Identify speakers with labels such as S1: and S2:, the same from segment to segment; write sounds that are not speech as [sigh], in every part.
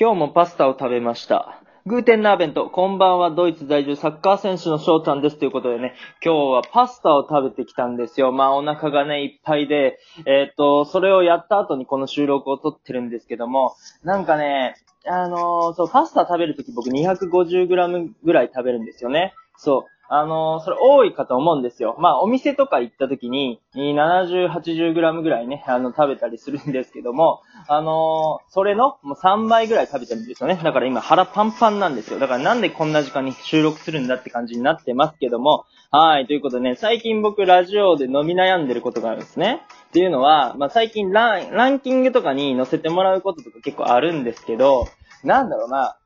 S1: 今日もパスタを食べました。グーテンナーベント、こんばんは、ドイツ在住サッカー選手の翔ちゃんです。ということでね、今日はパスタを食べてきたんですよ。まあ、お腹がね、いっぱいで、えーっと、それをやった後にこの収録を撮ってるんですけども、なんかね、あのーそう、パスタ食べるとき僕 250g ぐらい食べるんですよね。そう。あのーそれ多いかと思うんですよ。まあ、お店とか行ったときに、70、80g ぐらいね、あの、食べたりするんですけども、あのーそれの、もう3倍ぐらい食べてるんですよね。だから今腹パンパンなんですよ。だからなんでこんな時間に収録するんだって感じになってますけども。はい。ということでね、最近僕ラジオで飲み悩んでることがあるんですね。っていうのは、まあ、最近ラン、ランキングとかに載せてもらうこととか結構あるんですけど、なんだろうな、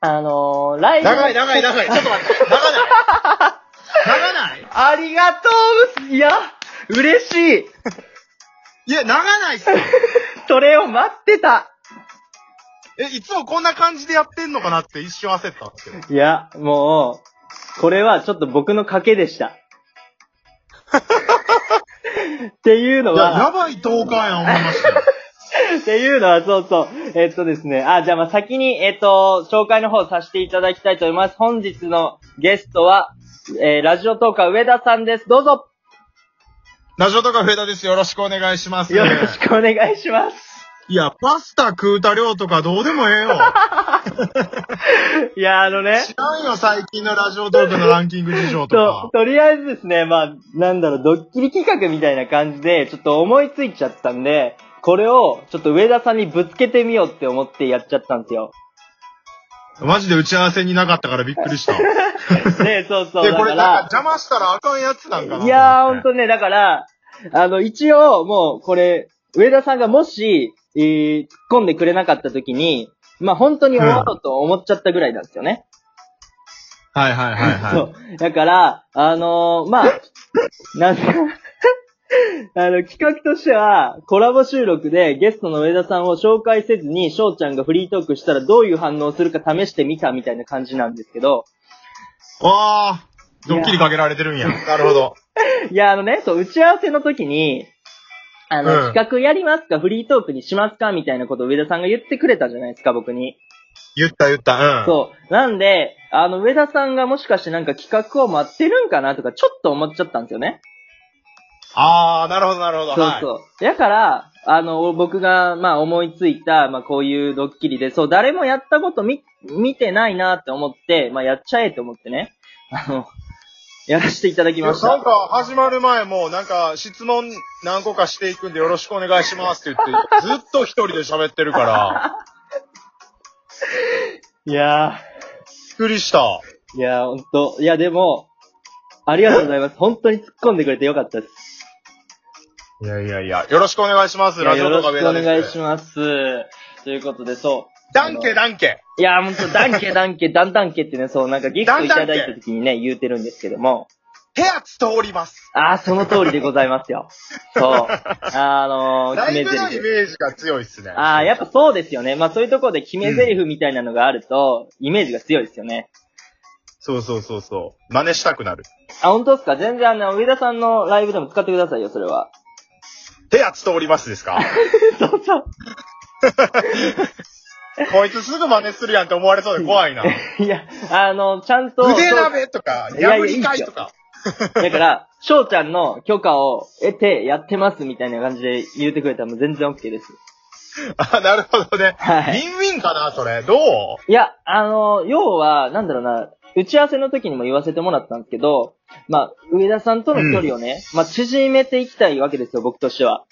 S1: あのー、ライブ。
S2: 長い長い長い。ちょっと待って。長ない。長ない。
S1: ありがとういや、嬉しい
S2: いや、長ないっすよ。
S1: それを待ってた
S2: え、いつもこんな感じでやってんのかなって一瞬焦ったんですけど。
S1: いや、もう、これはちょっと僕の賭けでした。っていうの
S2: いや、や
S1: は、
S2: ばい10日やん、思いましたよ。
S1: っていうのは、そうそう。えっとですね。あ、じゃあまあ先に、えっと、紹介の方させていただきたいと思います。本日のゲストは、えーラジオトーカー上田さんです。どうぞ
S2: ラジオとかフェダです。よろしくお願いします。
S1: よろしくお願いします。
S2: いや、パスタ食うた量とかどうでもええよ。
S1: いや、あのね。
S2: 知らんよ、最近のラジオトークのランキング事情
S1: と
S2: とか、。
S1: とりあえずですね、まあ、なんだろう、ドッキリ企画みたいな感じで、ちょっと思いついちゃったんで、これを、ちょっと上田さんにぶつけてみようって思ってやっちゃったんです
S2: [laughs]
S1: よ。
S2: マジで打ち合わせになかったからびっくりした。で、
S1: ね、そうそう、だ
S2: こ
S1: か
S2: れなん
S1: ら、
S2: か邪魔したらあかんやつなんかな。
S1: いやー、ほん
S2: と
S1: とね、だから、あの、一応、もう、これ、上田さんがもし、えー、突っ込んでくれなかった時に、まあ、本当に終わろうと思っちゃったぐらいなんですよね。
S2: はいはいはい
S1: そ
S2: は
S1: う。だから、あのーまあ、なんか、 [laughs] あの、企画としては、コラボ収録でゲストの上田さんを紹介せずに、翔ちゃんがフリートークしたらどういう反応するか試してみたみたいな感じなんですけど、
S2: い。わー、ドッキリかけられてるんや。なるほど。
S1: いや、あのね、そう、打ち合わせの時に、あの、
S2: うん
S1: 企画やりますかフリートークにしますかみたいなことを上田さんが言ってくれたじゃないですか、僕に。
S2: 言った言った、うん。
S1: そう。なんで、あの、上田さんがもしかしてなんか企画を待ってるんかなとか、ちょっと思っちゃったんですよね。
S2: あー、なるほど、なるほど。
S1: そう
S2: はい
S1: そう。だから、あの、僕が、まあ、思いついた、まあ、こういうドッキリで、そう、誰もやったこと見、見てないなって思って、まあ、やっちゃえと思ってね、あの、 [laughs] やらせていただきまし
S2: なん
S1: た。
S2: か、始まる前も、なんか、質問何個かしていくんでよろしくお願いしますって言
S1: [laughs]
S2: って、ずっと一人で喋ってるから、
S1: いや
S2: びっくりした。
S1: ー、いやー、ほんと。いや、でも、ありがとうございます。本当に突っ込んでくれてよかったです。
S2: いやいやいや、よろしくお願いします。
S1: いや
S2: ラジ
S1: よ
S2: オ
S1: ろ
S2: と
S1: しく
S2: か
S1: お
S2: 上田です。
S1: 願いします。ということで、そう。
S2: ダンケ、ダンケ。
S1: いやー、ほんと、ダンケ、ダンケ、ダンダンケってね、そう、なんかギフトいただいた時にね、言うてるんですけども。
S2: 部屋通ります。
S1: ああ、その通りでございますよ。そう。あ
S2: [laughs]
S1: のー、
S2: ラ
S1: 決め
S2: イブのイ
S1: 台詞。
S2: メージが強いっすね。
S1: ああ、やっぱそうですよね。まあそういうところで決め台詞みたいなのがあると、イメージが強いですよね。
S2: そうそうそうそう。真似したくなる。
S1: あ、本当ですか全然あの、上田さんのライブでも使ってくださいよ、それは。 [laughs]
S2: 部屋通りますですか [laughs]
S1: そうそう。
S2: こいつすぐ真似するやんって思われそうで
S1: [laughs]
S2: 怖いな。
S1: いや、あの、ちゃんと、
S2: 腕鍋とか、
S1: いやいや
S2: 破り会とか。
S1: だから、翔ちゃんの許可を得てやってますみたいな感じで言ってくれたらもう全然 OK です。
S2: あ、なるほどね。
S1: はい
S2: ウィンウィンかな、それ。どう
S1: いや、あの、要は、なんだろうな、打ち合わせの時にも言わせてもらったんですけど、まあ、上田さんとの距離をね、まあ、縮めていきたいわけですよ、僕としては。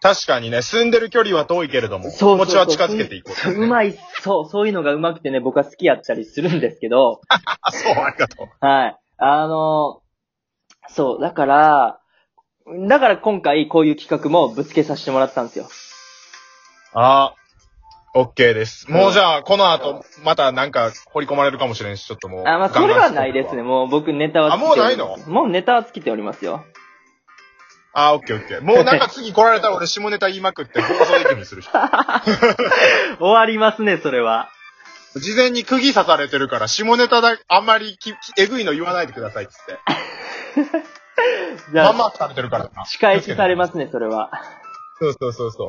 S2: 確かにね、住んでる距離は遠いけれども、
S1: そうそうそう。
S2: 気持ちは近づけていこう。
S1: うまい、そう、そういうのがうまくてね、僕は好きやったりするんですけど、
S2: [laughs] あ、そう、ありがとう。
S1: はい。あの、そう、だから、だから今回こういう企画もぶつけさせてもらったんですよ。
S2: あ、オッケーです。もうじゃあ、この後、またなんか、掘り込まれるかもしれんし、ちょっともう。
S1: あ、まあ、それはないですね。
S2: ガンガンしていくわ。
S1: もう僕ネタは尽きております。
S2: あもうない
S1: もうネタは尽きておりますよ。
S2: あ、オッケーオッケー。もうなんか次来られたら俺下ネタ言いまくって、放送できるようにす
S1: [laughs]
S2: るし。
S1: 終わりますね、それは。
S2: 事前に釘刺されてるから、下ネタだ、あんまりき、きえぐいの言わないでくださいっつって。
S1: じゃ
S2: ま
S1: あ
S2: んまされてるからな。
S1: 仕返しされますね、それは。
S2: そうそうそうそう。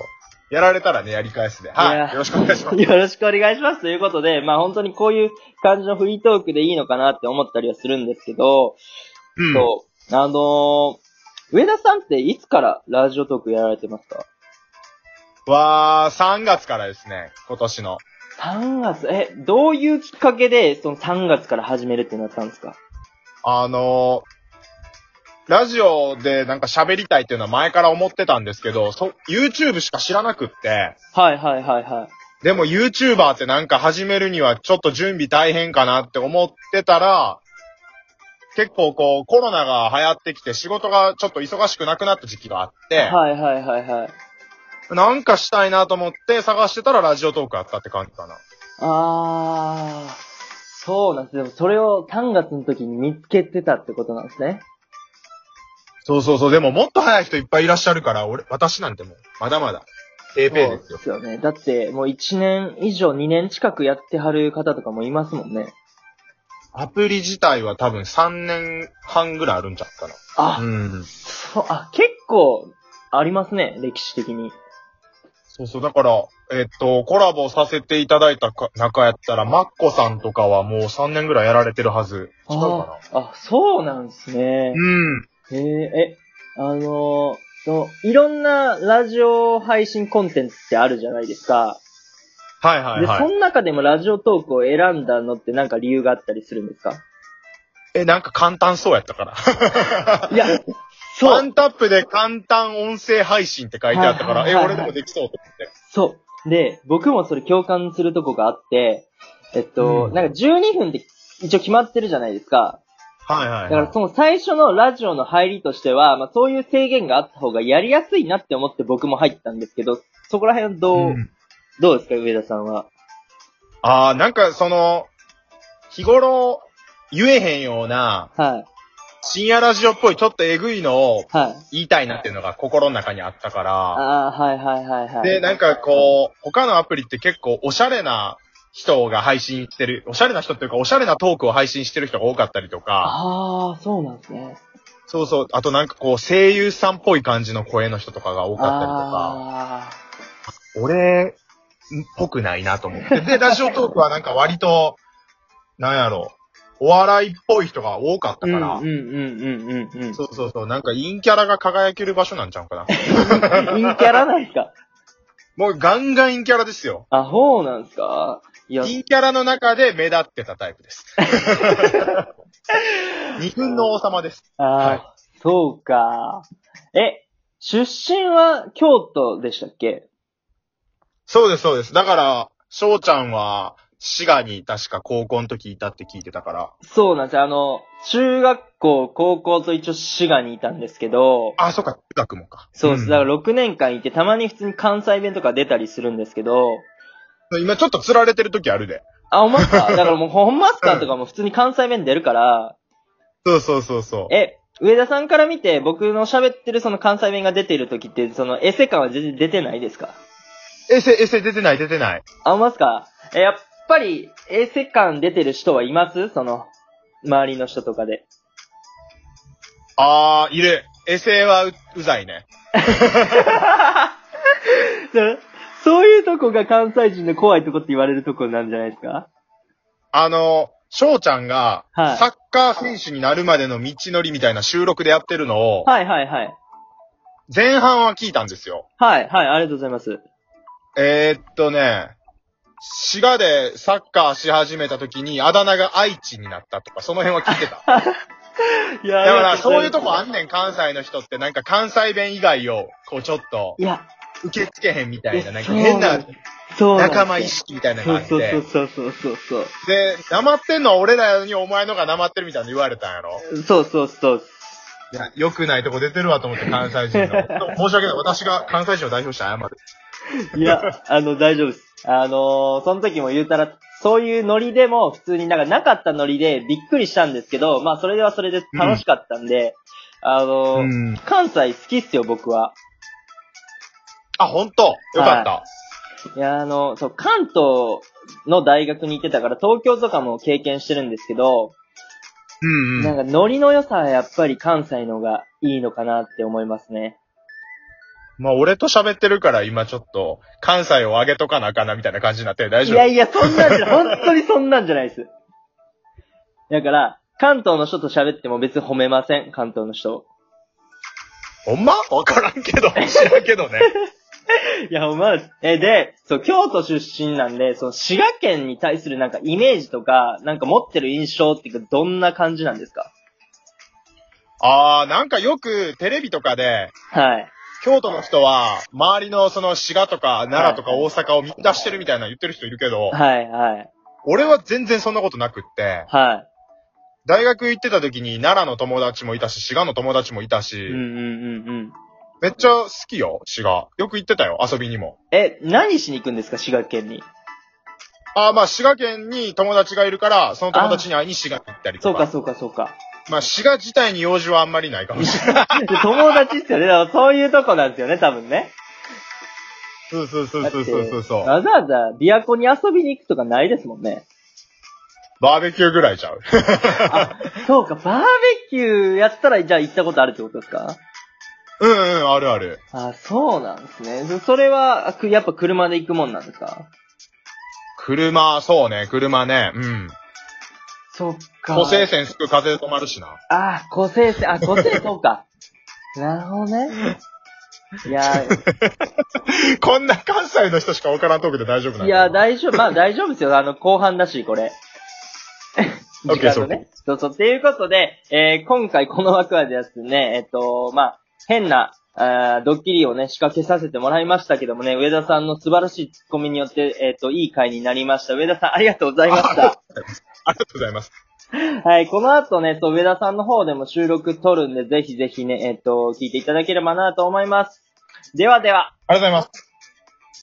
S2: やられたらね、やり返すで。
S1: い
S2: は
S1: や
S2: い。よろしくお願いします。
S1: よろしくお願いします。ということで、まあ本当にこういう感じのフリートークでいいのかなって思ったりはするんですけど、
S2: うん。
S1: そう。あのー上田さんっていつからラジオトークやられてますか
S2: は、3月からですね、今年の。
S1: ?3 月、え、どういうきっかけで、その3月から始めるってなったんですか
S2: あの、ラジオでなんか喋りたいっていうのは前から思ってたんですけど、そ、YouTube しか知らなくって、
S1: はいはいはいはい。
S2: でも YouTuber ってなんか始めるにはちょっと準備大変かなって思ってたら、結構こうコロナが流行ってきて仕事がちょっと忙しくなくなった時期があって、
S1: はいはいはいはい。
S2: なんかしたいなと思って探してたらラジオトークあったって感じかな。
S1: あー、そうなんです。でもそれを3月の時に見つけてたってことなんですね。
S2: そうそうそう。でももっと早い人いっぱいいらっしゃるから、俺、私なんてもう、まだまだ、ペーペーです
S1: そう
S2: よ
S1: で。すよね。だって、もう1年以上、2年近くやってはる方とかもいますもんね。
S2: アプリ自体は多分3年半ぐらいあるんちゃうかな。
S1: あ、
S2: うん。
S1: そう、あ、結構、ありますね、歴史的に。
S2: そうそう。だから、えっと、コラボさせていただいたか中やったら、マッコさんとかはもう3年ぐらいやられてるはず。違うか
S1: あ、あそうなんですね
S2: な。うん。
S1: へえ、え、あのーそういろんなラジオ配信コンテンツってあるじゃないですか。
S2: はいはい
S1: で、
S2: は
S1: そ
S2: い。
S1: の中でもラジオトークを選んだのってなんか理由があったりするんです
S2: [laughs]
S1: か
S2: え、なんか簡単そうやったから。
S1: いや、そ
S2: ワ
S1: う、
S2: ンタップで簡単音声配信って書いてあったから、
S1: はい
S2: え、
S1: はいはい
S2: 俺でもできそうと思って。
S1: そう。で、僕もそれ共感するとこがあって、えっと、
S2: うん
S1: なんか12分って一応決まってるじゃないですか。
S2: はいはい、
S1: だ
S2: はい。
S1: からその最初のラジオの入りとしては、まあそういう制限があった方がやりやすいなって思って僕も入ったんですけど、そこら辺はどう、
S2: うん
S1: どうですか、上田さんは。
S2: ああ、なんかその、日頃言えへんような、
S1: はい。
S2: 深夜ラジオっぽいちょっとえぐいのを
S1: はい。
S2: 言いたいなっていうのが心の中にあったから、
S1: ああ、はいはいはいはい。
S2: で、なんかこう、他のアプリって結構おしゃれな人が配信してる、おしゃれな人っていうかおしゃれなトークを配信してる人が多かったりとか、
S1: ああ、そうなんですね。
S2: そうそう、あとなんかこう声優さんっぽい感じの声の人とかが多かったりとか、
S1: あ
S2: 俺っぽくないなと
S1: [laughs]
S2: 思って。で、ラジオトークはなんか割と、なんやろう、お笑いっぽい人が多かった
S1: あ。
S2: から、
S1: うんうんうんうんうんうん。
S2: そうそうそう、なんか陰キャラが輝ける場所なんちゃうかな。
S1: [laughs] 陰キャラなんですか
S2: もうガンガン陰キャラですよ。
S1: あ、そうなんですかいや、
S2: 陰キャラの中で目立ってたタイ
S1: [laughs]
S2: プです。二軍の王様です。
S1: ああ、
S2: はい
S1: そうか。え、出身は京都でしたっけ
S2: そうです、そうです。だから、翔ちゃんは、滋賀に確か高校の時いたって聞いてたから。
S1: そうなんですよ。あの、中学校、高校と一応滋賀にいたんですけど、
S2: あ、そっか、中学もか。
S1: そうです。
S2: ん
S1: だから6年間いて、たまに普通に関西弁とか出たりするんですけど、
S2: 今ちょっと釣られてる時あるで。
S1: あ、ほんまっす [laughs] かだからもうほんまっすかとかも普通に関西弁出るから、
S2: そうそうそうそう。
S1: え、上田さんから見て、僕の喋ってるその関西弁が出てる時って、そのエセ感は全然出てないですか
S2: エセ、エセ出てない、出てない。
S1: あ、ますかえ、やっぱり、エセ感出てる人はいますその、周りの人とかで。
S2: あー、いる。エセはう、うざいね。
S1: で [laughs] そういうとこが関西人の怖いとこって言われるとこなんじゃないですか
S2: あの、翔ちゃんが、
S1: はい
S2: サッカー選手になるまでの道のりみたいな収録でやってるのを、
S1: はいはいはい。
S2: 前半は聞いたんですよ。
S1: はいはい、ありがとうございます。
S2: えー、っとね、滋賀でサッカーし始めた時にあだ名が愛知になったとか、その辺は聞いて
S1: [laughs]
S2: た。だ
S1: いや
S2: からそういうとこあん
S1: ね
S2: ねん、関西の人って。なんか関西弁以外を、こうちょっと、
S1: いや、
S2: 受け付けへんみたいな、なんか
S1: そう
S2: 変な
S1: そうなんですよ
S2: 仲間意識みたいなの
S1: そ
S2: が
S1: う
S2: あって。
S1: そうそうそうそうそう。
S2: で、黙ってんのは俺らやのにお前のが黙ってるみたいなの言われたんやろ。
S1: そうそうそう。
S2: いや、良くないとこ出てるわと思って関西人
S1: [laughs]
S2: の。申し訳ない。私が関西人を代表して謝る。
S1: いや、あの、大丈夫です。あのーその時も言うたら、そういうノリでも普通になんかなかったノリでびっくりしたんですけど、まあそれはそれで楽しかったんで、あのー
S2: うん
S1: 関西好きっすよ、僕は。
S2: あ、本当よかった。
S1: いや、あのそう、関東の大学に行ってたから、東京とかも経験してるんですけど、
S2: うん
S1: なんかノリの良さはやっぱり関西のがいいのかなって思いますね。
S2: まあ、俺と喋ってるから今ちょっと、関西を上げとかなあかんなみたいな感じになって大
S1: い
S2: 丈
S1: や
S2: 夫
S1: いや、そんなんじゃない。本当にそんなんじゃないです。だから、関東の人と喋っても別に褒めません、関東の人を。
S2: ほんまわからん
S1: [laughs]
S2: けど、知らんけどね。
S1: いや、お前、え、で、そう、京都出身なんで、その、滋賀県に対するなんかイメージとか、なんか持ってる印象っていうか、どんな感じなんですか
S2: ああ、なんかよくテレビとかで、
S1: はい。
S2: 京都の人は、周りのその滋賀とか奈良とか大阪を見出してるみたいなの言ってる人いるけど、
S1: はい、はい、
S2: 俺は全然そんなことなくって、
S1: は
S2: 大学行ってた時に奈良の友達もいたし、滋賀の友達もいたし、
S1: い。うんうんうんうん。
S2: めっちゃ好きよ、滋賀。よく行ってたよ、遊びにも。
S1: え、何しに行くんですか、滋賀県に。
S2: ああ、まあ滋賀県に友達がいるから、その友達に会いに滋賀に行ったり
S1: そ
S2: と
S1: うか、
S2: か。
S1: そうか、そうか。
S2: まあ滋賀自体に用事はあんまりない
S1: [laughs]
S2: かもしれない。
S1: で友達っすよね。だからそういうとこなんですよね、多分ね。
S2: そうそうそうそ
S1: だ
S2: うそ
S1: っ
S2: う
S1: て
S2: そうそう。
S1: わざわざ、琵琶湖に遊びに行くとかないですもんね。
S2: バーベキューぐらいちゃう。
S1: あ、そうか、バーベキューやったら、じゃあ行ったことあるってことですか
S2: うんうん、あるある。
S1: あ、そうなんですね。そそれは、くやっぱ車で行くもんなんですか
S2: 車、そうね、車ね。うん。
S1: そっか。
S2: 個性線すく風止まるしな。 [laughs]
S1: あ、個性線、あ、個性そうか。 [laughs] なるほどね。い [laughs] や、
S2: こんな関西の人しかわからんトークで大丈夫なの
S1: いや、大丈夫、まあ大丈夫ですよ。あの、後半だし、こ [laughs] れ。
S2: OK
S1: 時間のね。そうそう。ということで、えー今回この枠はですね、えっと、まあ、変な、あードッキリをね、仕掛けさせてもらいましたけどもね、上田さんの素晴らしいツッコミによって、えっと、いい回になりました。上田さん、ありがとうございま [laughs] した。
S2: [laughs] ありがとうございます。
S1: [laughs] はい、この後ね、そう、上田さんの方でも収録撮るんで、ぜひぜひね、えっと、聞いていただければなと思います。ではでは。
S2: ありがとうございます。